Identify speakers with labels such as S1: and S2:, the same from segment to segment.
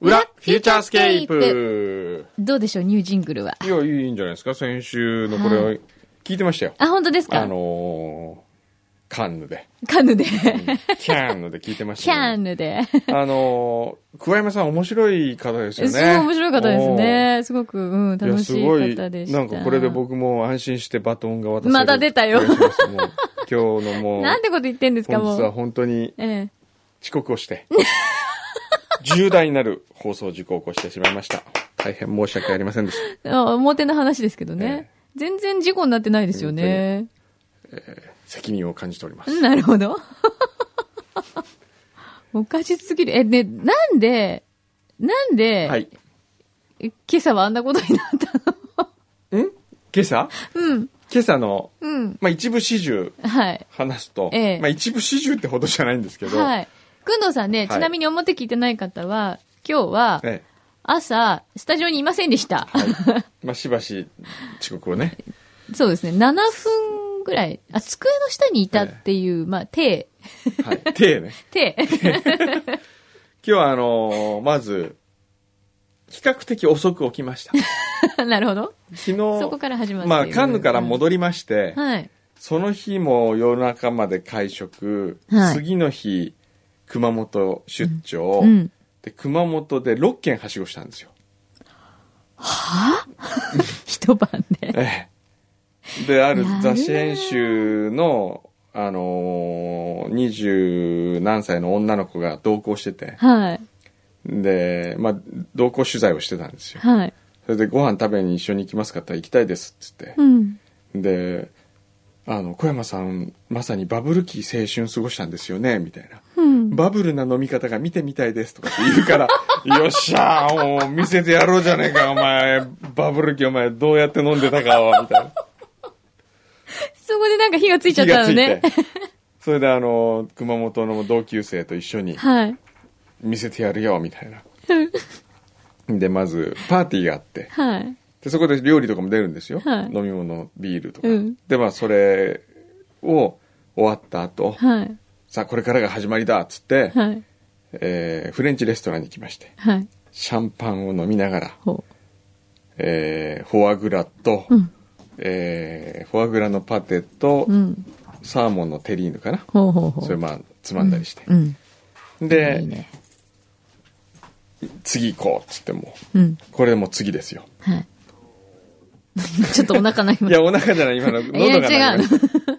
S1: 裏フューチャースケープ
S2: どうでしょう、ニュージングルは。
S1: いや、いいんじゃないですか先週のこれ、
S2: は
S1: 聞いてましたよ。
S2: あ、本当です
S1: あ
S2: か
S1: のーカンヌで。
S2: カヌで。
S1: キャンヌで聞いてまし
S2: キ
S1: た、ね。
S2: ャンヌで。
S1: あのー桑山さん面白い方ですよね。
S2: すごい面白かったですね。すごく、うん、
S1: おー。いや、
S2: 楽し
S1: す
S2: い
S1: ごい、
S2: 方でした。
S1: なんかこれで。僕も安心してバトンが渡せる
S2: また出たよ
S1: 気がしますもう今日のもう、
S2: なんてこと言ってんですか、
S1: 本
S2: も
S1: 日は
S2: う。
S1: 本当に
S2: ええ。
S1: 遅刻をして、重大なる放送事故を起こしてしまいました。大変申し訳ありませんでした。
S2: あ表の話ですけど
S1: え
S2: ね。全然事故になってないですよね。
S1: 責任を感じております。
S2: なるほど。 おかしすぎる。え、ね、なんで、なんで、
S1: はい。
S2: 今朝はあんなことになったの
S1: ん今朝
S2: うん、
S1: 今朝の、
S2: うん。
S1: まあ、一部始終
S2: はい。
S1: 話すと、
S2: ええ
S1: まあ、一部始終ってほどじゃないんですけど、
S2: はい。くんどうさんね、
S1: はい
S2: ちなみに表聞いてない方は、今日は
S1: え
S2: 朝、スタジオにいませんでした。
S1: えはい、まあ、しばし遅刻をね、
S2: そうですね、7分ぐらい、あ、机の下にいたっていう、まあ、手、
S1: はい、 手ね。
S2: 手、
S1: 今日は、あのーまず、比較的遅く起きました。
S2: なるほど。
S1: 昨日、
S2: そこから始まって
S1: まあ、カンヌから戻
S2: っ
S1: りまして、
S2: はい。
S1: その日も夜中まで会食、
S2: はい
S1: 次の日、熊本出張、
S2: うん。
S1: で、熊本で6軒はしごしたんですよ。
S2: 一晩で。
S1: ええ。で、ある
S2: やるね
S1: 雑誌編集の、あのー、二十何歳の女の子が同行してて、
S2: はい。
S1: で、まあ、同行取材をしてたんですよ。
S2: はい。
S1: それで、ご飯食べに一緒に行きますかって言ったら行きたいですって
S2: う
S1: 言っ
S2: ん。
S1: て、で、あの、小山さん、まさにバブル期青春過ごしたんですよね、みたいな。
S2: うん。
S1: バブルな飲み方が見てみたいですとかって言うから、よっしゃー、もう見せてやろうじゃねえか、お前、バブル期お前どうやって飲んでたかは、みたいな。
S2: そこでなんか火がついちゃったのね
S1: 火。がついて。 それであの、熊本の同級生と一緒に
S2: はい。
S1: 見せてやるよ、みたいな。で、まず、パーティーがあって、
S2: はい。
S1: で、そこで料理とかも出るんですよ。
S2: はい
S1: 飲み物、ビールとか。
S2: うん
S1: で、まあ、それを終わった後、
S2: はい。
S1: さあ、これからが始まりだ、っつって、
S2: はい。
S1: えーフレンチレストランに来まして、
S2: はい。
S1: シャンパンを飲みながら、
S2: ほ
S1: えーフォアグラと、
S2: う。うん。
S1: えーフォアグラのパテと、
S2: うん。
S1: サーモンのテリーヌかな。
S2: ほうほうほう。
S1: それまあ、つまんだりして。
S2: うん。
S1: で、
S2: いいね。
S1: 次行こうっつっても
S2: うん。
S1: うこれもう次です よ
S2: はい。ちょっとお腹鳴りま
S1: い
S2: し
S1: やお腹じゃない今の喉
S2: た。い
S1: が鳴
S2: や、違う
S1: りま。
S2: の
S1: した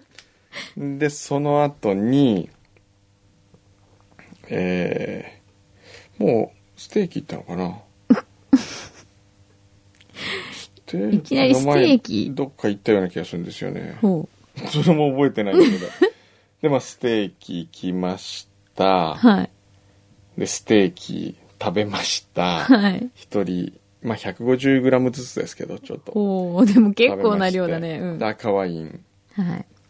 S1: でその後にえー、もうステーキ行ったのかなステーキ
S2: いきなりステーキ
S1: この前どっか行ったような気がするんですよね
S2: ほ
S1: それも覚えてないんだけ どでまあステーキ行きました
S2: う。はい。
S1: でステーキ食べました
S2: はい。
S1: 一人まあ 150g ずつですけどちょっと
S2: おおでも結構な量だね。う
S1: 食べまし
S2: ん。
S1: て
S2: は
S1: 赤ワイン、
S2: い。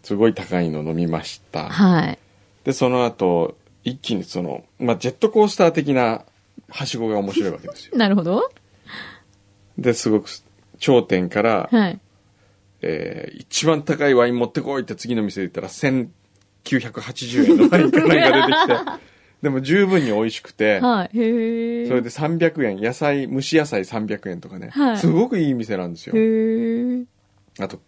S1: すごい高いの飲みました。
S2: はい。
S1: で、その後、一気にその、まあ、ジェットコースター的なはしごが面白いわけです よ。
S2: なるほど。
S1: で、すごく、頂点から、
S2: はい。
S1: えー一番高いワイン持ってこいって次の店で言ったら、1980円のワインかなんか出て きて、でも十分に美味しくて、
S2: はい。へえ。
S1: それで300円、野菜、蒸し野菜300円とかね、
S2: はい
S1: すごくいい店なんですよ。
S2: へえ。
S1: あと、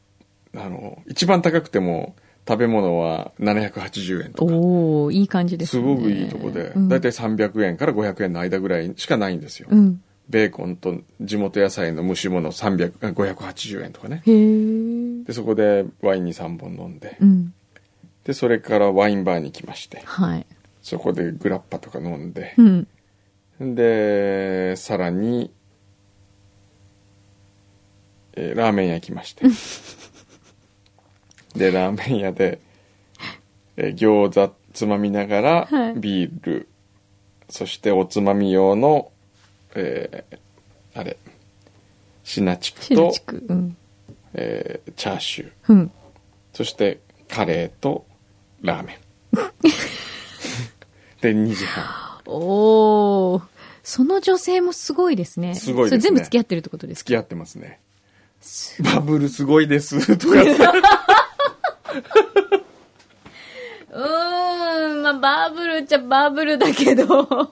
S1: あの、一番高くても食べ物は780円とか。
S2: おおいい感じですすね。
S1: ごくいいとこで、
S2: うん
S1: だいたい300円から500円の間ぐらいしかないんですよ。
S2: うん。
S1: ベーコンと地元野菜の蒸し物300あ580円とかね。
S2: へえ。
S1: で、そこでワインに3本飲んで
S2: う、ん。
S1: で、それからワインバーに来まして、
S2: はい。
S1: そこでグラッパとか飲んで
S2: う、ん。
S1: で、さらに、えーラーメン屋行きま してでラーメン屋で、えー餃子つまみながら
S2: はい
S1: ビール、そしておつまみ用のえーあれシナチク
S2: シナ
S1: と
S2: チク。うん。
S1: えーチャーシュー
S2: うん。
S1: そしてカレーとラー メンで2時半
S2: おー。その女性もすごいですね。
S1: すごいですね
S2: それ全部付き合ってるってことです
S1: 付き合ってますね
S2: す
S1: バブルすごいですとかって
S2: うーん、まあ、バブルっちゃバブルだけど。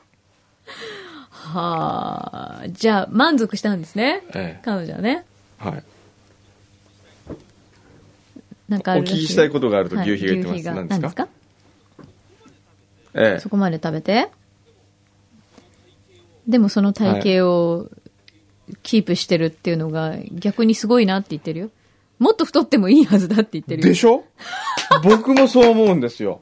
S2: はあ、じゃあ、満足したんですね。
S1: ええ
S2: 彼女はね。
S1: はい
S2: なんかあるら
S1: お聞きしたいことがあると
S2: はい
S1: 牛皮が言ってます
S2: 牛皮
S1: 何ですか
S2: 何
S1: え
S2: そこまで食べて。でもその体型をキープしてるっていうのが逆にすごいなって言ってるよ。もっと太ってもいいはずだって言って
S1: え
S2: るよ
S1: で。し ょ僕もそう思うんですよ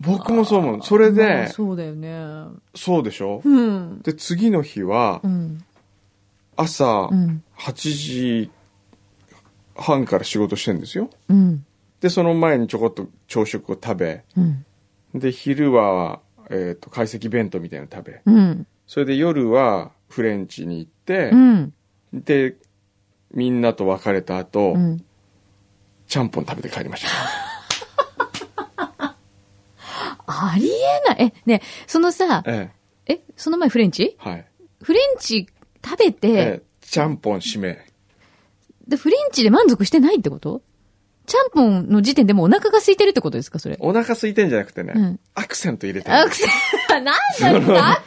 S1: 僕もそう思うそれ
S2: まあ
S1: で
S2: そうだよね。
S1: そうでしょ
S2: うん。
S1: で次の日は
S2: うん。
S1: 朝
S2: うん
S1: 8時半から仕事してんですよ
S2: うん。
S1: でその前にちょこっと朝食を食べ
S2: うん。
S1: で昼は、えー、と懐石弁当みたいなの食べ
S2: うん。
S1: それで夜はフレンチに行って
S2: う、ん。
S1: でみんなと別れた後、
S2: うん。
S1: ちゃんぽん食べて帰りました
S2: ありえない。え、ねえそのさ、
S1: ええ
S2: え、その前フレンチ
S1: はい
S2: フレンチ食べて、
S1: ええちゃんぽん締め
S2: で、フレンチで満足してないってことちゃんぽんの時点でもうお腹が空いてるってことですかそれ。
S1: お腹空いてんじゃなくてね、
S2: うん
S1: アクセント入れたい
S2: アクセント、なんだアク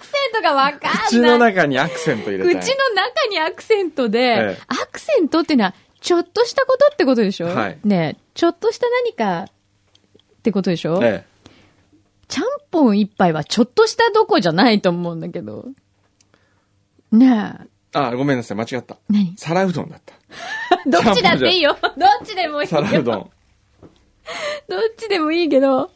S2: セントがわかんない。
S1: 口の中にアクセント入れたい
S2: 口の中にアクセントで、
S1: ええ
S2: アクセントっていうのは、ちょっとしたことってことでしょ
S1: はい
S2: ねえちょっとした何かってことでしょ、
S1: ええ
S2: ちゃんぽん一杯はちょっとしたどこじゃないと思うんだけど。ねえ。
S1: あごめんなさい間違った
S2: 何
S1: 皿うどんだった
S2: どっちだっていいよ。どっちでもいいよ。
S1: 皿うどん
S2: どっちでもいいけど。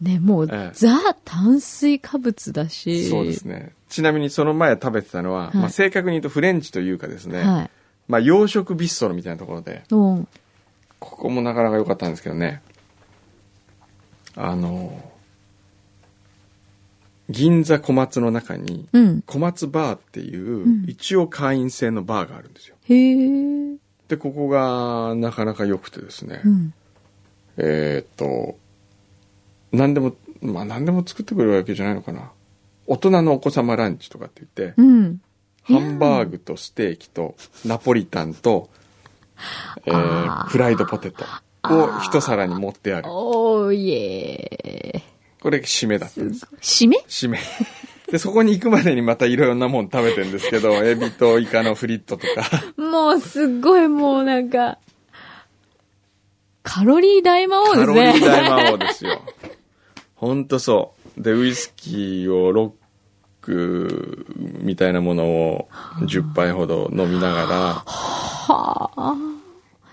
S2: ね、もう、
S1: ええ
S2: ザ炭水化物だし。
S1: そうですねちなみにその前食べてたのは、
S2: い
S1: まあ、正確に言うとフレンチというかですね、
S2: はい。
S1: まあ、洋食ビストロみたいなところで
S2: うん。
S1: ここもなかなか良かったんですけどねあの銀座小松の中に
S2: うん。
S1: 小松バーっていう、
S2: ん
S1: 一応会員制のバーがあるんですよ
S2: へえ。
S1: でここがなかなか良くてですね、
S2: うん。
S1: えーっと何でもまあ何でも作ってくれるわけじゃないのかな大人のお子様ランチとかって言って、
S2: うん。
S1: ハンバーグとステーキとナポリタンと、えー
S2: あー
S1: フライドポテトを一皿に持ってある
S2: おーいえ
S1: これ締めだったんです
S2: 締め
S1: 締め でそこに行くまでにまたいろいろなもん食べてるんですけ どエビとイカのフリットとか
S2: もうすっごいもうなんか、カロリー大魔王
S1: カ
S2: で
S1: ロ
S2: す
S1: リ
S2: ね。
S1: ー大魔王です よほんとそうでウイスキーをロックみたいなものを10杯ほど飲みながら
S2: はあ。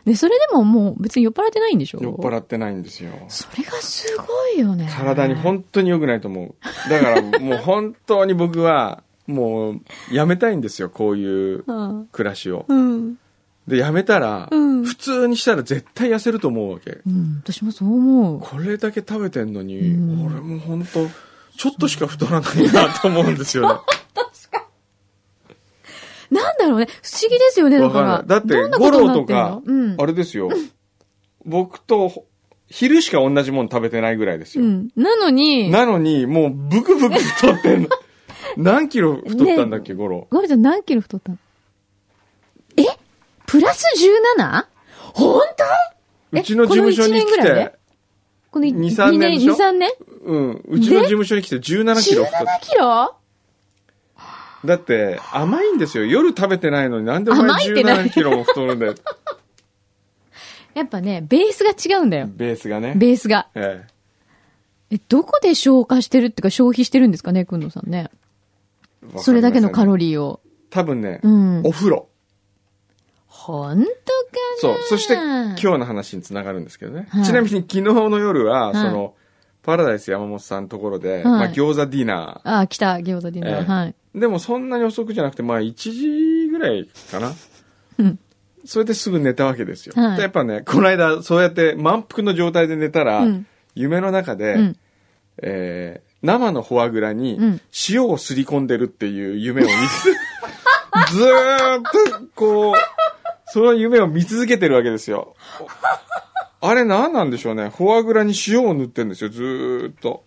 S2: で、それでももう別に酔っ払ってないんでしょ
S1: 酔っ払ってないんですよ
S2: それがすごいよね。
S1: 体に本当に良くないと思うだからもう本当に僕はもうやめたいんですよこういう
S2: うん。
S1: 暮らしを
S2: うん。
S1: でやめたら
S2: うん
S1: 普通にしたら絶対痩せると思うわけ
S2: うん。私もそう思う。
S1: これだけ食べてんのに、
S2: うん
S1: 俺も本当ちょっとしか太らないなと思うんですよ ね。
S2: なんだろうね。不思議ですよね、だ
S1: わ
S2: か。
S1: からんない。だって
S2: どん、な
S1: 五
S2: こと
S1: 郎
S2: にな
S1: と
S2: ってんの
S1: か、
S2: うん。
S1: あれですよ。僕と、昼しか同じもの食べてないぐらいです
S2: う
S1: よ。
S2: ん。なのに、
S1: なのに、もうブクブク太ってん の。何キロ太ったんだっけ、五郎。
S2: ゴリちゃん何キロ太ったのえプラス 17? 本当え
S1: うちの事務所に
S2: この
S1: 来
S2: 一年ぐらいで
S1: て、
S2: この
S1: 二三年でし
S2: 2、
S1: ょ
S2: 3年
S1: うん、うちの事務所に来て17キロ
S2: ?17
S1: 太った。
S2: キロ
S1: だって、甘いんですよ。夜食べてないのになんでお前
S2: 甘いってない
S1: 17キロも太るんだ よ。
S2: やっぱね、ベースが違うんだよ。
S1: ベースがね。
S2: ベースが。
S1: ええ
S2: え、どこで消化してるっていうか消費してるんですかね、くんのさんね。それだけのカロリーを。
S1: 多分ね、
S2: うん
S1: お風呂。
S2: 本当かな
S1: そう。そして、今日の話につながるんですけどね。
S2: はい
S1: ちなみに昨日の夜は、
S2: はい
S1: その、パラダイス山本さんのところで、
S2: い
S1: まあ餃子ディナ
S2: ああ、来た、餃子ディナー。
S1: ええ
S2: はい。
S1: ー。でもそんなに遅くじゃなくて、まあ1時ぐらいかな。
S2: うん。
S1: それですぐ寝たわけですよ。
S2: はい
S1: でやっぱね、この間、そうやって満腹の状態で寝たら、
S2: うん
S1: 夢の中で、
S2: うん。
S1: えー生のフォアグラに
S2: うん
S1: 塩をすり込んでるっていう夢を見つ、 ずーっと、こう、その夢を見続けてるわけですよ。あれ何なんでしょうね。フォアグラに塩を塗ってんですよ、ずーっと。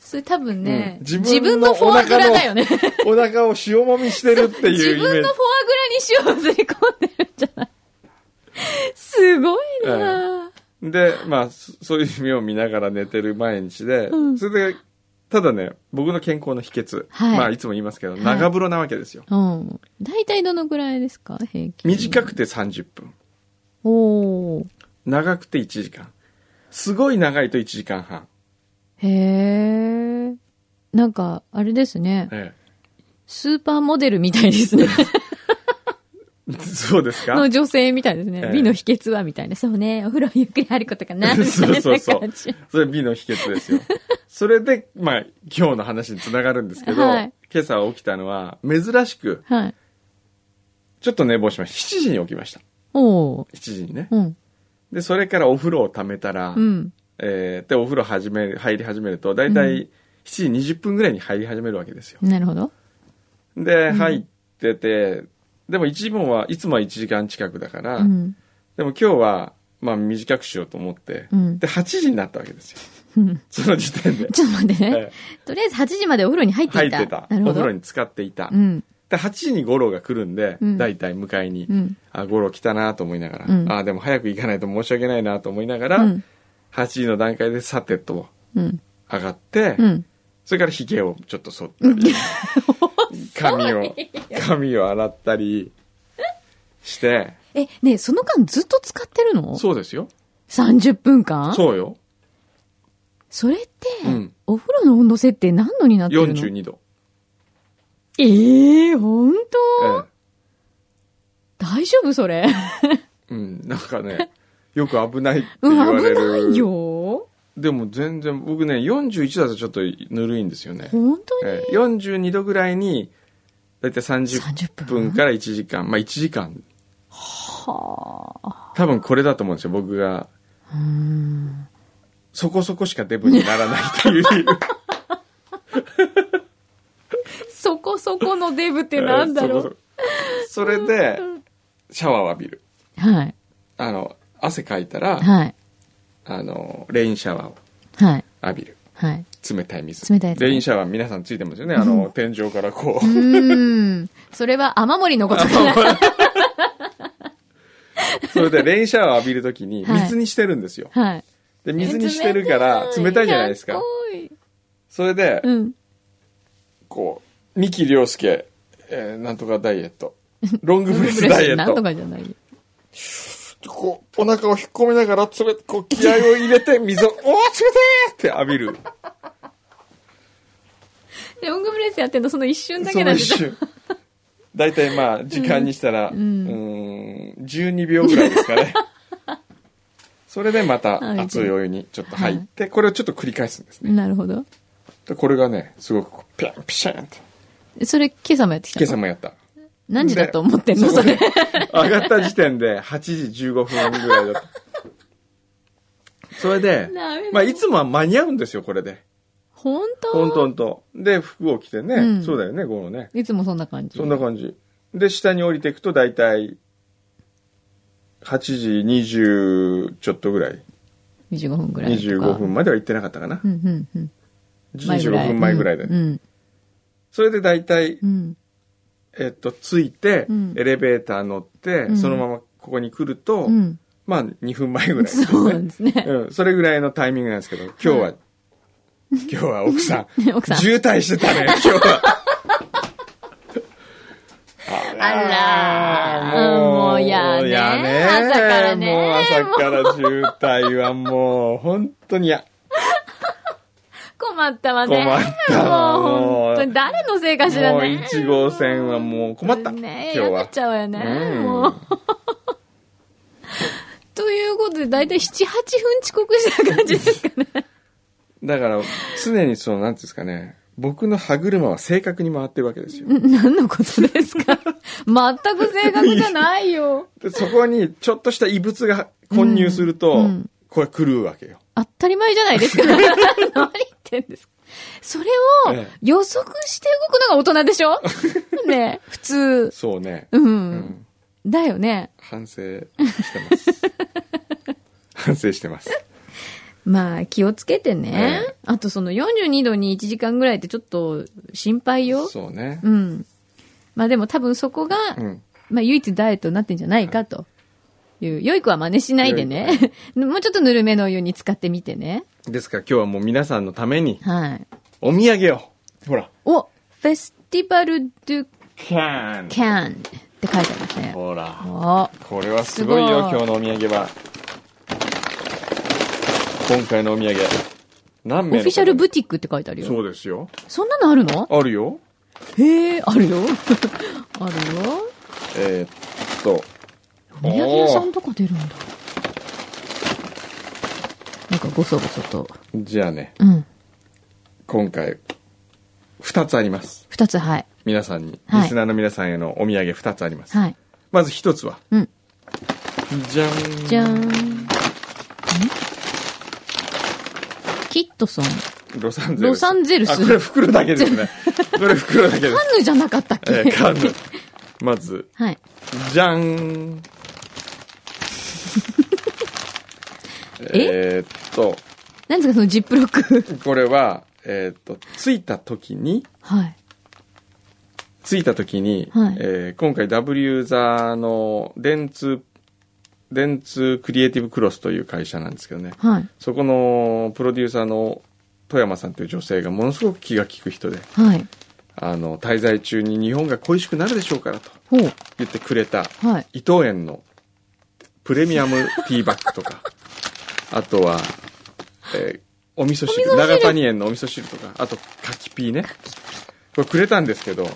S2: それ多分ね、
S1: うん
S2: 自分のフォアグラだよね。自
S1: お腹を塩もみしてるっ ていうイメージ。
S2: 分のフォアグラに塩をすり込んでるんじゃないすごいな、
S1: で、まあ、そそういう夢を見ながら寝てる毎日で、
S2: うん
S1: それで、ただね、僕の健康の秘訣、
S2: はい
S1: まあ、いつも言いますけど、長風呂なわけですよ。
S2: うん。大体どのぐらいですか平均。
S1: 短くて30分、
S2: おー。
S1: 長くて1時間。すごい長いと1時間半。
S2: へえ。なんか、あれですね。
S1: え
S2: スーパーモデルみたいで すね。
S1: え、 そうですか
S2: の女性みたいですね
S1: え。え
S2: 美の秘訣はみたいな。そうね、お風呂ゆっくり入ることかな、みたいな感 じ。
S1: そうそうそうそれ美の秘訣 ですよ。それで、まあ、今日の話につながるんですけど、
S2: はい
S1: 今朝起きたのは、珍しく、
S2: はい。
S1: ちょっと寝坊しました。7時に起きました。
S2: おー。
S1: 7時にね。
S2: うん。
S1: で、それからお風呂を溜めたら、
S2: うん。
S1: えーで、お風呂始め、入り始めると、だいたい7時20分ぐらいに入り始めるわけですよ。
S2: なるほど。
S1: で、入ってて、でも一問はいつもは1時間近くだから、
S2: うん。
S1: でも今日は、まあ短くしようと思って、
S2: うん
S1: で、8時になったわけですよ。
S2: うん
S1: その時点 で。
S2: ちょっと待ってね。
S1: ええ
S2: とりあえず8時までお風呂に入って
S1: 入
S2: い。
S1: ったてた。
S2: なる
S1: お
S2: ほ
S1: 風
S2: ど
S1: 呂。に使っていた。
S2: うん。
S1: で、8時に五郎が来るんで、
S2: うん
S1: だいたい迎えに、
S2: うん。
S1: あ、五郎来たなと思いながら、
S2: うん
S1: あ、でも早く行かないと申し訳ないなと思いなが
S2: う
S1: ら、
S2: ん。
S1: 8時の段階でさてと
S2: うん。
S1: 上がって、
S2: うん。
S1: それから髭をちょっと剃ったり、 髪を、髪を洗ったりして、
S2: え、ねえその間ずっと使ってるの
S1: そうですよ。
S2: ?30 分間
S1: そうよ。
S2: それって
S1: うん、
S2: お風呂の温度設定何度になってるの
S1: 42度。
S2: ええー、ほんと
S1: え
S2: 大丈夫それ。
S1: えうん、なんかね、 よく危ないって
S2: う
S1: 言わ
S2: ん、危
S1: れる。
S2: ないよ。
S1: でも全然、僕ね、41だとちょっとぬるいんですよね。
S2: 本当に
S1: ええ42度ぐらいに、だいたい30
S2: 30
S1: 分
S2: 分
S1: から1時間。まあ1時間。
S2: はあ。
S1: 多分これだと思うんですよ、僕が。
S2: うーん。
S1: そこそこしかデブにならないっていう理由。
S2: そこそこのデブってなんだ ろ
S1: そうこ。そこそれでシャワーを浴びる
S2: はい。
S1: あの汗かいたら、
S2: はい。
S1: あのレインシャワーを
S2: はい。
S1: 浴びる
S2: はい。
S1: 冷たい水
S2: 冷たいやつね
S1: レインシャワー皆さんついてますよねあの天井からこ
S2: う
S1: う
S2: ーん。それは雨漏 りのことかな。
S1: それでレインシャワーを浴びるときに
S2: はい
S1: 水にしてるんですよ、
S2: はい。
S1: で水にしてるから冷たいじゃないですか
S2: っこいい
S1: それで、
S2: うん。
S1: こう三木亮介、えーなんとかダイエットロング
S2: ブ
S1: ブレ
S2: レ
S1: ス
S2: ス
S1: ダイエッ
S2: なん
S1: ト
S2: とかじゃない。
S1: こう、お腹を引っ込めながら、つめ、こう、気合を入れて、水を、おー冷てーって浴びる。
S2: ロングブレスやってんのその一瞬だ
S1: そ
S2: け
S1: の
S2: なん
S1: 一
S2: です
S1: 瞬。大体まあ、時間にしたら、うー
S2: ん
S1: ん、12秒ぐらいですか ね。それでまた
S2: はい
S1: 熱いお湯にちょっと入って、これをちょっと繰り返すんですね。
S2: なるほど。
S1: でこれがね、すごくこうピャンピシャンって、
S2: それ今朝もやってきた
S1: 今
S2: の
S1: 朝もやった。
S2: 何時だと思ってんの
S1: そ
S2: そ
S1: こで
S2: れ。
S1: 上がった時点で8時15分ぐらいだった。それで
S2: ダメだ、
S1: まあ、いつもは間に合うんですよ、これで。
S2: 本当
S1: ほんとほんと。で、服を着てね、
S2: うん
S1: そうだよね、このね。
S2: いつもそんな感じ。
S1: そんな感じ。で、下に降りていくと大体、8時20ちょっとぐらい。
S2: 25分ぐらいとか。
S1: 25分までは行ってなかったかな
S2: う。んうんうん。前ぐら
S1: 25
S2: い
S1: 分前ぐらいで。
S2: うん。
S1: それで大体
S2: う、ん。
S1: えっと、着いて
S2: うん、
S1: エレベーター乗って、
S2: ん
S1: そのままここに来ると、
S2: うん。
S1: まあ2分前ぐらいです
S2: そう
S1: よ
S2: な
S1: ね。
S2: んですね。
S1: うん、それぐらいのタイミングなんですけど、今日は、今日は奥さん、
S2: 奥さん
S1: 渋滞してたね、今日は。
S2: あらーもうやね
S1: やね
S2: 朝からね
S1: もう朝から渋滞はもう、本当にや。
S2: 困ったわね。
S1: 困ったわ
S2: もう本当に誰のせいかしら
S1: もう
S2: ね。
S1: 1号線はもう困った。
S2: ね
S1: 今日
S2: やめ
S1: は
S2: ち。ゃうよね。
S1: うん
S2: もう。 ということで、だいたい7、8分遅刻した感じですかね。
S1: だから、常にその、なんていうんですかね、僕の歯車は正確に回ってるわけですよ。
S2: 何のことですか 全く正確じゃないよ。
S1: でそこにちょっとした異物が混入すると、
S2: うんうん
S1: これ狂うわけよ。
S2: 当たり前じゃないですか。 何言ってんですか。それを
S1: ええ
S2: 予測して動くのが大人でし ょねえ普通。
S1: そうね。
S2: う。
S1: うんん
S2: だよね。
S1: 反省してます。 反省してます。
S2: まあ、気をつけてね。
S1: え
S2: あと、その42度に1時間ぐらいってちょっと心配よ。
S1: そうね。
S2: うん。まあでも多分そこが、
S1: うん。
S2: まあ唯一ダイエットになってんじゃないかという。良い子は真似しないでね。もうちょっとぬるめのお湯に使ってみてね。
S1: ですから今日はもう皆さんのために、
S2: はい。
S1: お土産を、ほら、
S2: おフェスティバル・ドゥ・
S1: キャン
S2: キャンって書いてありますね。
S1: ほら。
S2: お
S1: これはすごいよ、
S2: す
S1: 今
S2: ごい
S1: 日のお土産は。今回のお土産。何
S2: オ
S1: 名
S2: フ
S1: の
S2: ィシャルブティックって書いてあるよ。
S1: そうですよ。
S2: そんなのあるの
S1: あるよ。
S2: へえ、あるよ。 あるよ。
S1: えーっと、
S2: お土産屋さんとか出るんだ。なんかごそごそと。
S1: じゃあね、
S2: うん。
S1: 今回、二つあります。
S2: 二つ、はい。
S1: 皆さんに、
S2: はい
S1: リスナーの皆さんへのお土産二つあります。
S2: はい。
S1: まず一つは、
S2: うん。
S1: じゃん。
S2: じゃーん。んキットソン。
S1: ロサンゼルス。
S2: ロサンゼルス
S1: あ、これ袋だけ ですね。これ袋だけで
S2: カ
S1: す。
S2: ンヌじゃなかったっけ、
S1: えー、カンヌ。まず、
S2: はい。
S1: じゃ ん。えーっと、
S2: なんですか、そのジップロック。
S1: これは、えーっと、着いた時に、
S2: はい。
S1: 着いた時に、
S2: はい
S1: えー今回 W 座の電通、電通クリエイティブクロスという会社なんですけどね。
S2: はい。
S1: そこのプロデューサーの富山さんという女性がものすごく気が利く人で、
S2: はい。
S1: あの、滞在中に日本が恋しくなるでしょうからと
S2: ほう。
S1: 言ってくれた
S2: はい。
S1: 伊藤園のプレミア ムティーバッグとか、あとは、えーお味噌汁、
S2: お味噌汁
S1: 長谷園のお味噌汁とか、あと、柿ピーね。これくれたんですけど、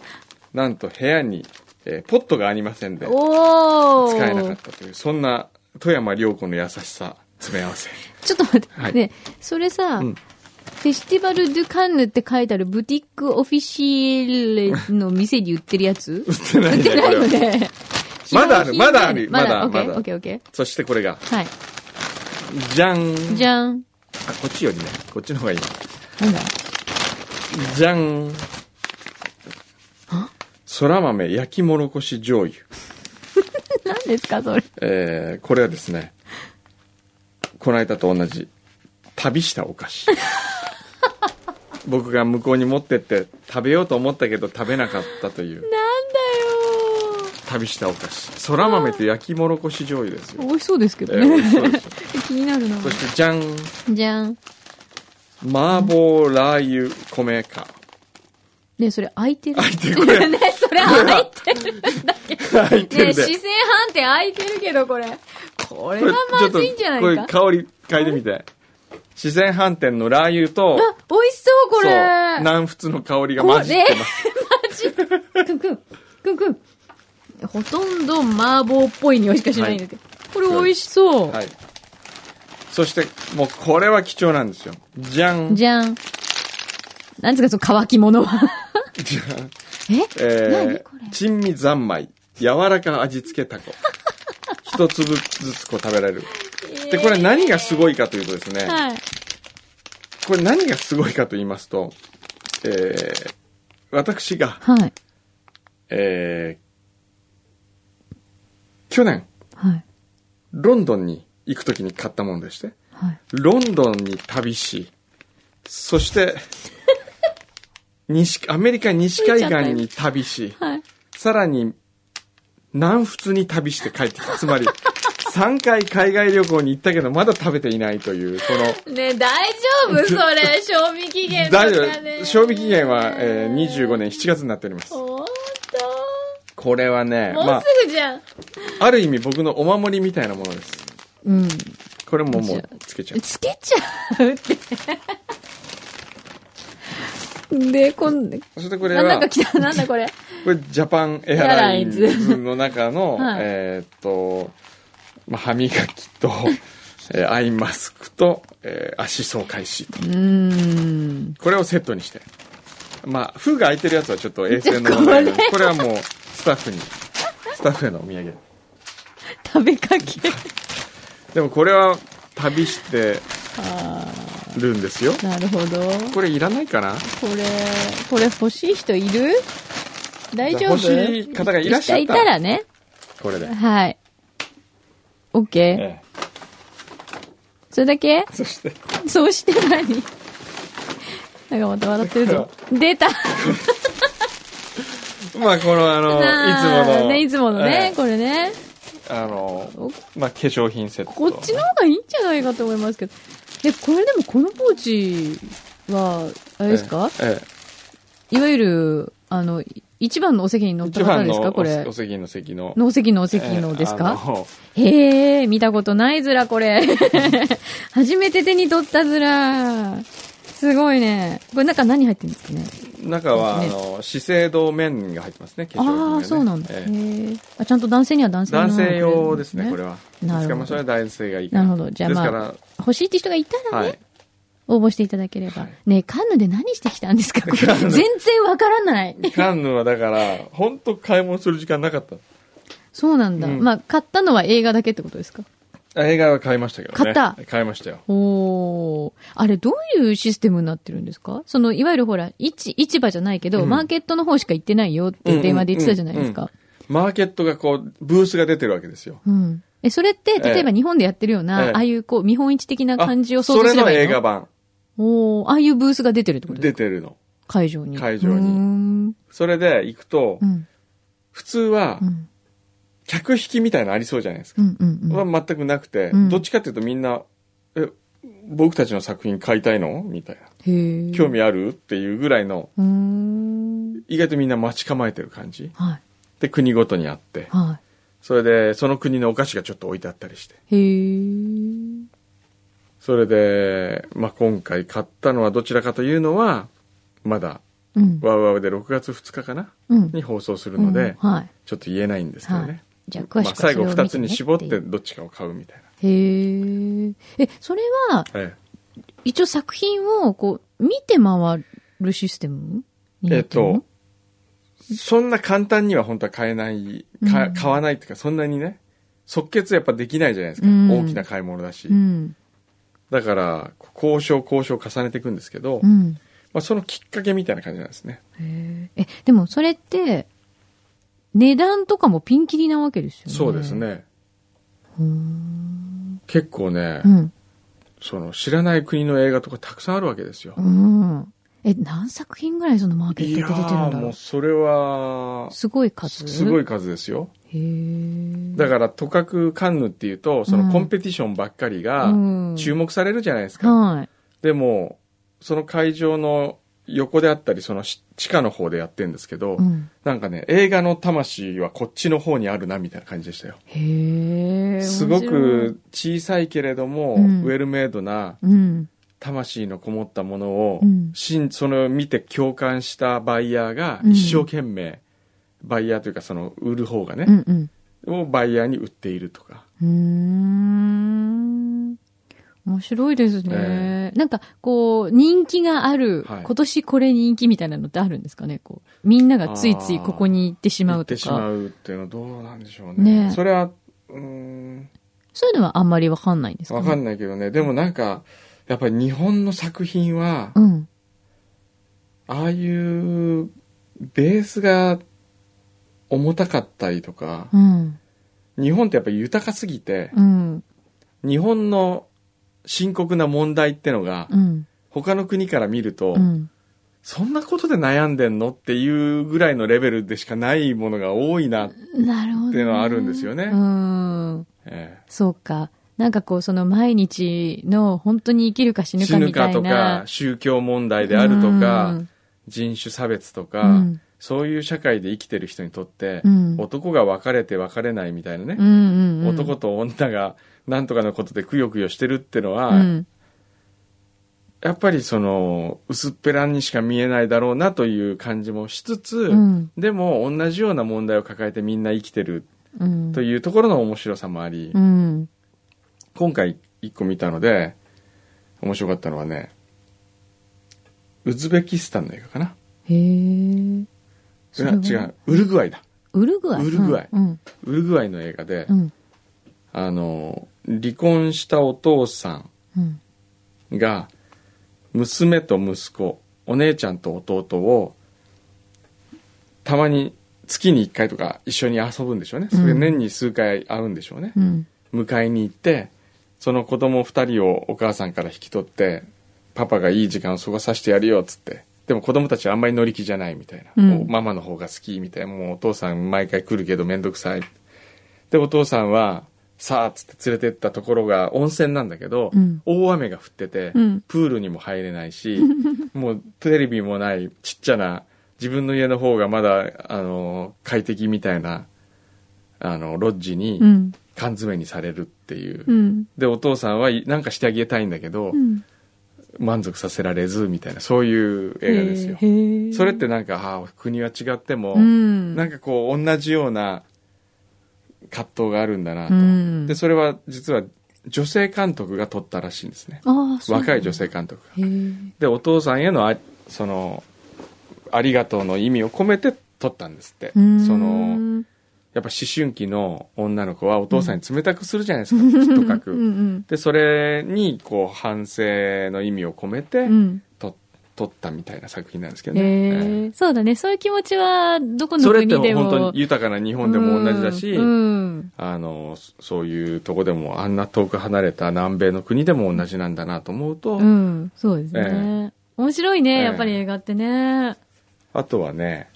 S1: なんと部屋に、えーポットがありませんで、
S2: おー。
S1: 使えなかったという、そんな富山良子の優しさ、詰め合わ せ。
S2: ちょっと待って。
S1: はい
S2: ね、それさ、
S1: うん
S2: フェスティバル・ドゥ・カンヌって書いてあるブティック・オフィシエレの店に売ってる やつ売
S1: ってないね
S2: ってないよ
S1: こ
S2: ね。
S1: まだある
S2: 商品
S1: まだある
S2: まだ、
S1: まだ
S2: オッケー、
S1: まだ
S2: オッケー、オッケ
S1: そしてこれが、
S2: ー。はい。
S1: じゃん
S2: じゃん。
S1: あ、こっちよりね、こっちの方がいいな。
S2: なんだ
S1: じゃん。そら豆焼きもろこし醤油。
S2: 何ですか、それ。
S1: えーこれはですね、この間と同じ、旅したお菓 子。僕が向こうに持ってって食べようと思ったけど食べなかったという
S2: なんだよ
S1: 旅したお菓子。そら豆と焼きもろこし醤油ですよ。
S2: 美味しそうですけ
S1: え
S2: ど
S1: ー美
S2: ね
S1: 味。しそうですよ
S2: 気になるな。
S1: そしてじゃん。
S2: じゃん。
S1: 麻婆ラー油米か。
S2: ねそれ開いてる。
S1: 開いてるこれ
S2: ねそれ開いてるんだけど。
S1: 入って
S2: ね
S1: るで。
S2: 視線判定開いてるけど、これ。これはまずいんじゃない
S1: これ
S2: か。
S1: 香り嗅いでみて。四川飯店のラー油と、
S2: あ、美味しそう、こ
S1: そ
S2: れ。
S1: う、南仏の香りが混じってます。
S2: マジ。くんくん。くんくん。ほとんど麻婆っぽい匂いしかしないんだけど。これ美味しそう。
S1: はい。そして、もうこれは貴重なんですよ。じゃん。
S2: じゃん。なんですか、その乾き物は。
S1: じゃん。
S2: え何
S1: え
S2: これ
S1: ー、珍味三昧、柔らか味付けタ コ。一粒ずつこう食べられる。で、これ何がすごいかというとですね、
S2: はい。
S1: これ何がすごいかと言いますと、えー、私が、
S2: はい。
S1: えー、去年、
S2: はい。
S1: ロンドンに行くときに買ったものでして、
S2: はい。
S1: ロンドンに旅し、そ して、西、アメリカ西海岸に旅し、
S2: はい。
S1: さらに、南仏に旅して帰ってきた。つま り、3回海外旅行に行ったけど、まだ食べていないという、この、
S2: ねえ大 丈夫それ、賞味期限とか
S1: 大丈
S2: ね
S1: 夫。賞味期限は、えー25年7月になっております。
S2: ほん
S1: これはね、
S2: とも
S1: ま
S2: う
S1: あ、
S2: すぐじゃん。
S1: ある意味僕のお守りみたいなものです。
S2: うん。
S1: これもも
S2: じゃ
S1: う
S2: あ
S1: つけちゃう。
S2: つけちゃうって。 で、こん、
S1: そしてこれ
S2: なん
S1: は
S2: だ、か来た、なんだこれ。
S1: これジャパンエアライン
S2: エアライン
S1: ズの中の、
S2: はい
S1: えーっと、まあ、歯磨きと、 えーアイマスクと、えー足相開始
S2: うーん。
S1: これをセットにしてまあ、封が開いてるやつはちょっと衛生の問題でこれはもう、スタッフに、スタッフへのお土産。
S2: 食べかけ。
S1: でもこれは、旅して
S2: あ
S1: るんですよ。
S2: ーなるほど。
S1: これいらないかな
S2: これ、これ欲しい人いる大丈夫
S1: 欲しい方がいらっしゃっ
S2: い
S1: た
S2: たいたらね。
S1: これで。
S2: はい。OK。ー
S1: え
S2: それだけ
S1: えそして、
S2: そうして何なんかまた笑ってるぞ。出た
S1: まあ、このあの、いつもの。
S2: ね、いつものね、
S1: え
S2: これね。
S1: えあの、
S2: お
S1: まあ、化粧品セット。
S2: こっちの方がいいんじゃないかと思いますけど。え、これでもこのポーチは、あれですか、
S1: ええ
S2: いわゆる、あの、い一番のお席に乗っ
S1: 一
S2: た方
S1: 番
S2: です
S1: の
S2: かこ
S1: お
S2: れ
S1: お。席の席の。
S2: のお席のお席ので
S1: え
S2: す
S1: えあ
S2: か、
S1: の
S2: へえ、見たことないずら、これ。初めて手に取ったずら。すごいね。これ中何入ってるんですかね
S1: 中は、
S2: ね
S1: あの、資生堂面が入ってますね、化粧品がね、
S2: ああー、そうなんだ。
S1: ええ
S2: へえ。あ、ちゃんと男性には男性の
S1: 男性用ですね、これ
S2: は。
S1: は。
S2: な
S1: で
S2: るほど
S1: すからまあそれは男性がいいか
S2: なるほど。じゃあ
S1: ですか
S2: まあ
S1: ら、、
S2: 欲しいって人がいたらね、
S1: はい。
S2: 応募していただければ。
S1: はい
S2: ねえカンヌで何してきたんですかこれ
S1: カンヌ
S2: 全然わからない。
S1: カンヌはだから、本当買い物する時間なかっ
S2: そうなんだ。
S1: うん
S2: まあ、買ったのは映画だけってことですか
S1: た。あ映画は買いましたけどね。
S2: 買った
S1: 買いましたよ。
S2: おーあれ、どういうシステムになってるんですかその、いわゆるほら、市、市場じゃないけど、
S1: うん
S2: マーケットの方しか行ってないよって電話で言ってたじゃないですか。
S1: マーケットがこう、ブースが出てるわけですよ。
S2: うん。え、それって、例えば
S1: ええ
S2: 日本でやってるような、
S1: ええ
S2: ああいうこう、見本市的な
S1: あ
S2: 感じを想像すればいい
S1: そ
S2: の
S1: れの映画版。
S2: おーああいうブースが出てるってことです
S1: 出
S2: か
S1: てるの。
S2: 会場に。
S1: 会場に
S2: うーん
S1: それで行くと
S2: う、ん。
S1: 普通は
S2: う、ん。
S1: 客引きみたいなのありそうじゃないですか。
S2: うん。うん。うん。
S1: は全くなくて、
S2: うん
S1: どっちかっていうとみんな、え、僕たちの作品買いたいのみたいな。
S2: へえ。
S1: 興。味あるっていうぐらいの、
S2: うーん。
S1: 意外とみんな待ち構えてる感じ。
S2: はい。
S1: で、国ごとにあって、
S2: は
S1: それで、その国のお菓子がちょっと置いてあったりして。
S2: い。へえ。
S1: それで、まあ、今回買ったのはどちらかというのは、まだ、
S2: うん。
S1: ワウワウで6月2日かな
S2: うん。
S1: に放送するので、
S2: うんはい。
S1: ちょっと言えないんですけど
S2: は
S1: ね。
S2: い。じゃあ、
S1: ま
S2: 詳
S1: あ
S2: しくは、
S1: 最後2
S2: 2
S1: つに絞ってどっちかを買うみたいな。
S2: へえ。え、それは、
S1: え
S2: 一応作品を、こう、見て回るシステムに
S1: え
S2: な
S1: えって
S2: るの
S1: と、、そんな簡単には本当は買えない、か
S2: うん
S1: 買わないっていうか、そんなにね、即決やっぱできないじゃないですか。
S2: うん
S1: 大きな買い物だし。
S2: うん。
S1: だから、交渉交渉を重ねていくんですけど、
S2: うん。
S1: まあ、そのきっかけみたいな感じなんですね。
S2: へえ。え、でもそれって、値段とかもピンキリなわけですよね。
S1: そうです。ね。結構ね、
S2: うん。
S1: その知らない国の映画とかたくさんあるわけですよ。
S2: うん。え、何作品ぐらいそのマーケッ
S1: いや
S2: トで出てるん
S1: ー
S2: だろ
S1: もう
S2: う。
S1: それは、
S2: すごい数。
S1: すごい。数ですよ。
S2: へえ。
S1: だから、とかくカンヌっていうと、そうの
S2: ん
S1: コンペティションばっかりが
S2: うん
S1: 注目されるじゃないですか。
S2: はい。
S1: でも、その会場の横であったり、そのし地下の方でやってるんですけど、
S2: うん。
S1: なんかね、映画の魂はこっちの方にあるな、みたいな感じでしたよ。
S2: へえ。
S1: すご
S2: 面白い、
S1: く小さいけれども、
S2: うん
S1: ウェルメイドな
S2: うん。
S1: 魂のこもったものを、
S2: うん
S1: しんその見て共感したバイヤーが
S2: うん
S1: 一生懸命、バイヤーというかその売る方が
S2: う
S1: ね、
S2: んうん。
S1: をバイヤーに売っているとか。
S2: うーん。面白いですね。なんか、こう、人気がある、
S1: はい
S2: 今年これ人気みたいなのってあるんですかねこう、みんながついついここに行ってしま
S1: 売
S2: う
S1: っ
S2: と
S1: てしま
S2: か。
S1: うっていうのはどうなんでしょうね。
S2: ねえ
S1: それは、うーん、
S2: そういうのはあんまりわかんないんですか、ね、
S1: わかんないけどね。でもなんか、やっぱり日本の作品は、
S2: うん。
S1: ああいうベースが重たかったりとか、
S2: うん。
S1: 日本ってやっぱり豊かすぎて、
S2: うん。
S1: 日本の深刻な問題ってのが、
S2: うん。
S1: 他の国から見ると、
S2: うん。
S1: そんなことで悩んでんのっていうぐらいのレベルでしかないものが多いな。
S2: なるほど、ね。
S1: っていうのはあるんですよね
S2: うん。
S1: ええ
S2: そうか。なんかこう、その毎日の本当に生きるか死ぬ
S1: 死
S2: か
S1: ぬ
S2: みた
S1: か
S2: い
S1: とか
S2: な。、
S1: 宗教問題であると
S2: う
S1: か
S2: ん、
S1: 人種差別と
S2: う
S1: か、
S2: ん
S1: そういう社会で生きてる人にとって、
S2: うん
S1: 男が別れて別れないみたいなね、
S2: うんうんうん。
S1: 男と女がなんとかのことでくよくよしてるってのは、
S2: うん。
S1: やっぱりその薄っぺらにしか見えないだろうなという感じもしつつ、
S2: うん
S1: でも同じような問題を抱えてみんな生きてる
S2: うん。
S1: というところの面白さもあり、
S2: うん。
S1: 今回一個見たので面白かったのはねウズベキスタンの映画かな
S2: へえ。
S1: いや違う。ウルグアイだ。
S2: ウルグアイ。
S1: ウルグアイ
S2: うん。
S1: ウルグアイの映画で、
S2: うん。
S1: あの、離婚したお父さ
S2: うん。
S1: んが、娘と息子、お姉ちゃんと弟を、たまに月に1回とか一緒に遊ぶんでしょうね。それ
S2: うん
S1: 年に数回会うんでしょうね
S2: う。ん。
S1: 迎えに行って、その子供2人をお母さんから引き取って、パパがいい時間を過ごさせてやるよっつって。でも子供たちはあんまり乗り気じゃないみたいな。
S2: うん
S1: おママの方が好きみたいな。もうお父さん毎回来るけどめんどくさい。で、お父さんは、さあっつって連れてったところが温泉なんだけど、
S2: うん
S1: 大雨が降ってて、
S2: うん
S1: プールにも入れない し、もうテレビもないちっちゃな自分の家の方がまだ、あの、快適みたいな、あの、ロッジに、
S2: うん。
S1: 缶詰にされるっていう、
S2: うん。
S1: でお父さんはいなんかしてあげたいんだけど、
S2: うん。
S1: 満足させられずみたいなそういう映画ですよ
S2: へー
S1: それっ、てなんかああ国は違っても、
S2: うん。
S1: なんかこう同じような葛藤があるんだなと、
S2: うん
S1: でそれは実は女性監督が撮ったらしいんですね
S2: ああ、そう。
S1: 若い女。性監督が
S2: へえ。
S1: でお父さんへのあそのありがとうの意味を込めて撮ったんですって
S2: うーん
S1: そのやっぱ思春期の女の子はお父さんに冷たくするじゃないですか、きっとかく、
S2: うんうん。
S1: でそれにこう反省の意味を込めて
S2: うん。
S1: と撮ったみたいな作品なんですけどね、
S2: へ
S1: え
S2: え。そうだね。そういう気持ちは、どこ
S1: え
S2: の
S1: それっ
S2: 国
S1: て
S2: でも。
S1: 本当に豊かな日本でも同じだし、
S2: うん。うん
S1: あのそそういうとこでもあんな遠く離れた南米の国でも同じなんだなと思うと、
S2: うん、そうですね。面白い
S1: ええ
S2: ね、やっぱり映画ってね。
S1: あとはね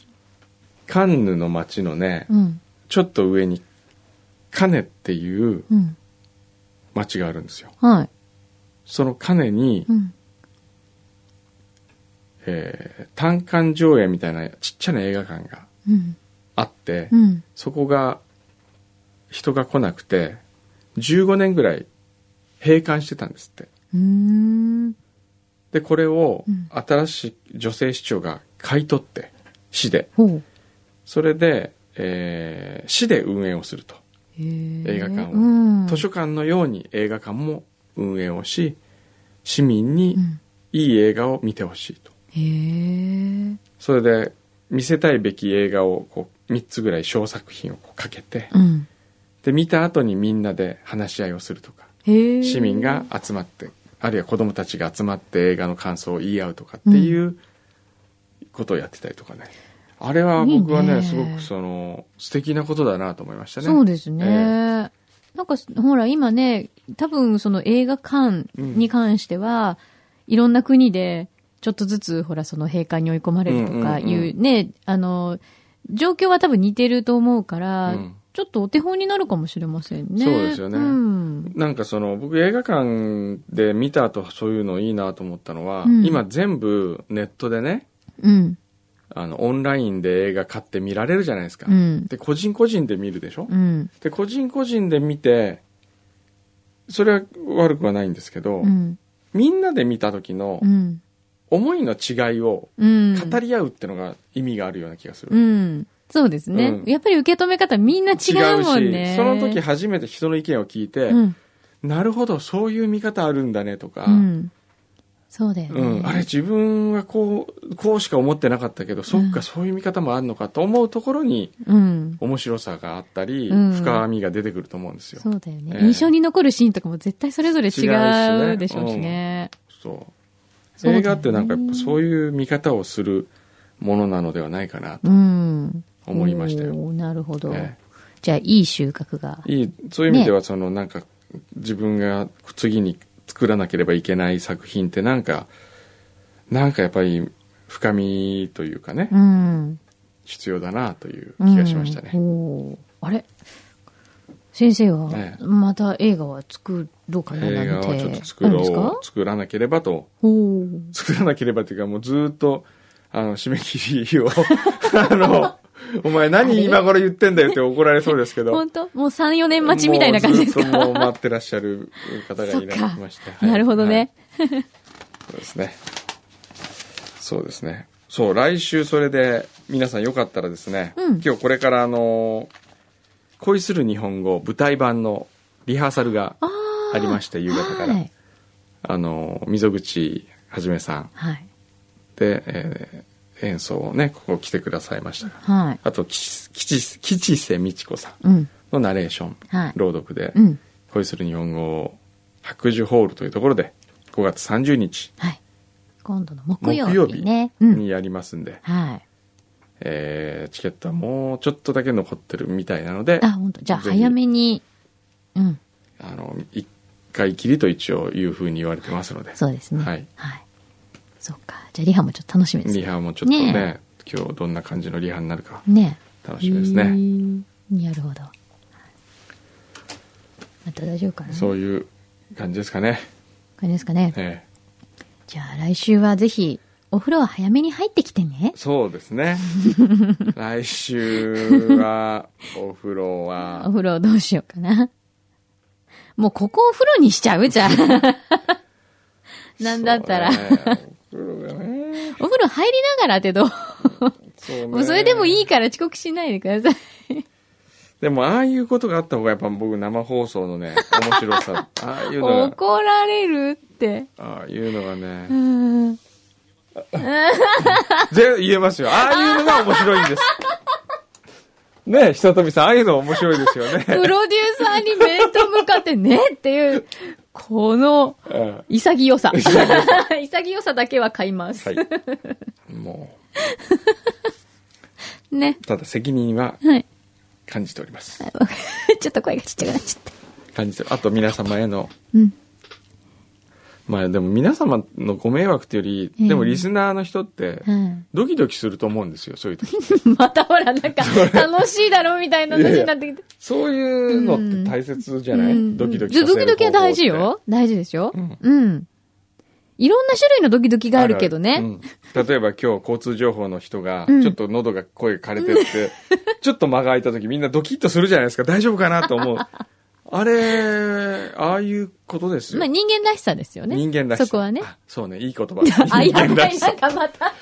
S1: カンヌの街のね、
S2: うん、
S1: ちょっと上にカネっていう
S2: うん、
S1: 街があるんですよ
S2: はい。
S1: そのカネに、
S2: うん、
S1: えー単館上映みたいなちっちゃな映画館が
S2: うん、
S1: あって、
S2: うん。
S1: そこが人が来なくて15年ぐらい閉館してたんですって
S2: うーん。
S1: でこれを
S2: うん
S1: 新しい女性市長が買い取って市で
S2: ほう。
S1: それで、えー市で運営をすると映
S2: 映
S1: 画館を
S2: うん、
S1: 図書館のように映画館も運営をし市民に
S2: うん。
S1: いい映画を見てほしいと
S2: へえ。
S1: それで見せたいべき映画をこう3つぐらい小作品をこうかけて
S2: うん。
S1: で見た後にみんなで話し合いをするとか
S2: へえ。
S1: 市民が集まってあるいは子供たちが集まって映画の感想を言い合うとかっていうことをやってたりとかね、あれは僕はい
S2: い
S1: ね
S2: ね
S1: すごくその素敵なことだなと思いましたね
S2: そうですね。
S1: え
S2: なんか、ほら、今ね、多分その映画館に関しては、いろんな国で、ちょっとずつ、ほら、その閉館に追い込まれるとかい
S1: うんうんう
S2: うね、あの、状況は多分似てると思うから、
S1: うん
S2: ちょっとお手本になるかもしれませんね。
S1: そうですよね
S2: うん。
S1: なんかその僕映画館で見た後そういうのいいなと思ったのは、
S2: うん
S1: 今全部ネットでね
S2: うん。
S1: あのオンラインで映画買って見られるじゃないですか、
S2: うん。
S1: で個人個人で見るでしょ、
S2: うん。
S1: で個人個人で見てそれは悪くはないんですけど、
S2: うん。
S1: みんなで見た時の
S2: うん。
S1: 思いの違いを
S2: うん。
S1: 語り合うってのが意味があるような気がする、
S2: うん。そうですね。
S1: うん
S2: やっぱり受け止め方みんな違うもんね。
S1: その時初めて人の意見を聞いて、
S2: うん。
S1: なるほどそういう見方あるんだねとか、う
S2: う
S1: ん
S2: ん。そうだよね。
S1: あれ自分はこうこうしか思ってなかったけど、そっかそういう見方もあるのかと思うところに
S2: うん。
S1: 面白さがあったり、
S2: うん
S1: 深みが出てくると思うんですよ。
S2: そうだよね
S1: え。え
S2: 印象に残るシーンとかも絶対それぞれ
S1: 違
S2: 違
S1: うしね
S2: うでしょうしね。
S1: そう
S2: そうだ
S1: 映
S2: よね
S1: 画ってなんかやっぱそういう見方をするものなのではないかなと
S2: うん。
S1: 思いましたよ。
S2: おーなるほど
S1: え。
S2: じゃあ、いい収穫が。
S1: いいそういう意味ではその、なんか自分が次に作らなければいけない作品ってなんかなんかやっぱり深みというかね、
S2: うん。
S1: 必要だなという気がしましたね、
S2: うんおーあれ先生は
S1: え、え
S2: また映画は作ろうかななんて。
S1: 映画はちょっと作
S2: なんですか
S1: ろう作らなければと
S2: おー
S1: 作らなければというかもうずっとあの締め切りを あのお前何今頃言ってんだよって怒られそうですけど
S2: 本当もう3、4年待ちみたいな感じです
S1: もうずっ ともう
S2: か
S1: 待ってらっしゃる方がいらっしゃいまして、はい
S2: なるほどね。
S1: そうですね。そうですね。そう、来週それで、皆さんよかったらですね、
S2: うん
S1: 今日これからあの、恋する日本語舞台版のリハーサルが
S2: あ
S1: ありまして、夕方から。
S2: はい。
S1: あの、溝口はじめさん
S2: はい。
S1: で、えー演奏をね、ここ来てくださいましたが。
S2: はい。
S1: あと、吉、吉、吉瀬美智子さん
S2: うん。
S1: のナレーション、
S2: はい
S1: 朗読で、
S2: うん。
S1: 恋する日本語白樹ホールというところで、5月30日、
S2: はい。今度の木
S1: 木
S2: 曜
S1: 曜
S2: 日
S1: 日
S2: ね。うん。
S1: にやりますんで、
S2: はい。
S1: えーチケットはもうちょっとだけ残ってるみたいなので、
S2: あ、本当じゃあ
S1: ぜひ
S2: 早めに。うん。
S1: あの、一回きりと一応いうふうに言われてますので、
S2: そうですね。
S1: はい。
S2: そっか。じゃあリハもちょっと楽しみです
S1: リ
S2: ね。
S1: ハもちょっとね、
S2: ね
S1: 今日どんな感じのリハになるか
S2: ね。
S1: 楽しみですね。
S2: うんなるほど。はいまた大丈夫かな
S1: そ
S2: こ
S1: ういう感じですかね。
S2: れですかね。
S1: ええ
S2: じゃあ来週はぜひ、お風呂は早めに入ってきてね。
S1: そうです ね。来週は、お風呂
S2: お
S1: は、
S2: 風呂どうしようかな。もうここお風呂にしちゃう じゃん。 なんだったら。
S1: そうねお風呂がね。
S2: お風呂入りながらってどう
S1: そうね
S2: もうそれでもいい。から遅刻しないでください。
S1: でも、ああいうことがあった方が、やっぱ僕生放送 のね、面白さ、ああいうのが、
S2: 怒られるって。
S1: ああいうのがね
S2: う、ん。
S1: 全言えますよ。ああいうのが面白いんです。ねえ、ひさとみさん、ああいうの面白いですよ ね。
S2: プロデューサーに面と向かってねっていう、この
S1: うん
S2: 潔 さ。潔さだけは買います。
S1: はい。も
S2: ね
S1: う、。ただ責任は
S2: はい。
S1: 感じております。
S2: ちょっと声がちっちゃくなっちゃった。
S1: 感じてるあと皆様への、
S2: うん
S1: まあでも皆様のご迷惑というより、
S2: ええ
S1: でもリスナーの人って、
S2: うん
S1: ドキドキすると思うんですよ、そういう時。
S2: またほら、 なんか、楽しいだろうみたいな話になってきて。
S1: そういうのって大切じゃない、
S2: うん
S1: ドキドキさせ
S2: ド
S1: る方
S2: キ
S1: 法って
S2: ドキは大事。よ。大事ですよ。
S1: うん
S2: うん。いろんな種類のドキドキがあるけどね。
S1: うん例えば今日交通情報の人が、
S2: うん
S1: ちょっと喉が声枯れて って、ちょっと間が空いた時みんなドキッとするじゃないですか。大丈夫かなと思 う。あれ、ああいうことですよ。
S2: まあ人間らしさですよね。
S1: 人間らしい。
S2: そこはね。
S1: あ。そうね、いい言葉。
S2: あ、
S1: 人
S2: やば
S1: 間
S2: い、
S1: らし
S2: な
S1: さ
S2: ん。かまた、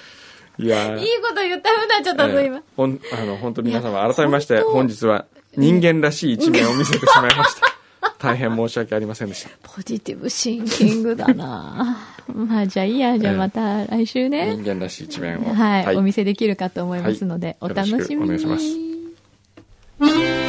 S1: いやー
S2: いいこと言ったふうになっちゃったぞ、
S1: ええ
S2: 今。
S1: ほんあの本当皆
S2: いや
S1: 様改めまして
S2: 本当
S1: 本日は人間らしい一面を見せてしまいました大変申し訳ありませんでした
S2: ポジティブシンキングだな まあじゃあいいや、じゃあまた来週ね
S1: 人。間らしい一面を
S2: はい、お
S1: はい
S2: 見せできるかと思いますので、
S1: はい
S2: お楽しみに。。
S1: よろしくお願いします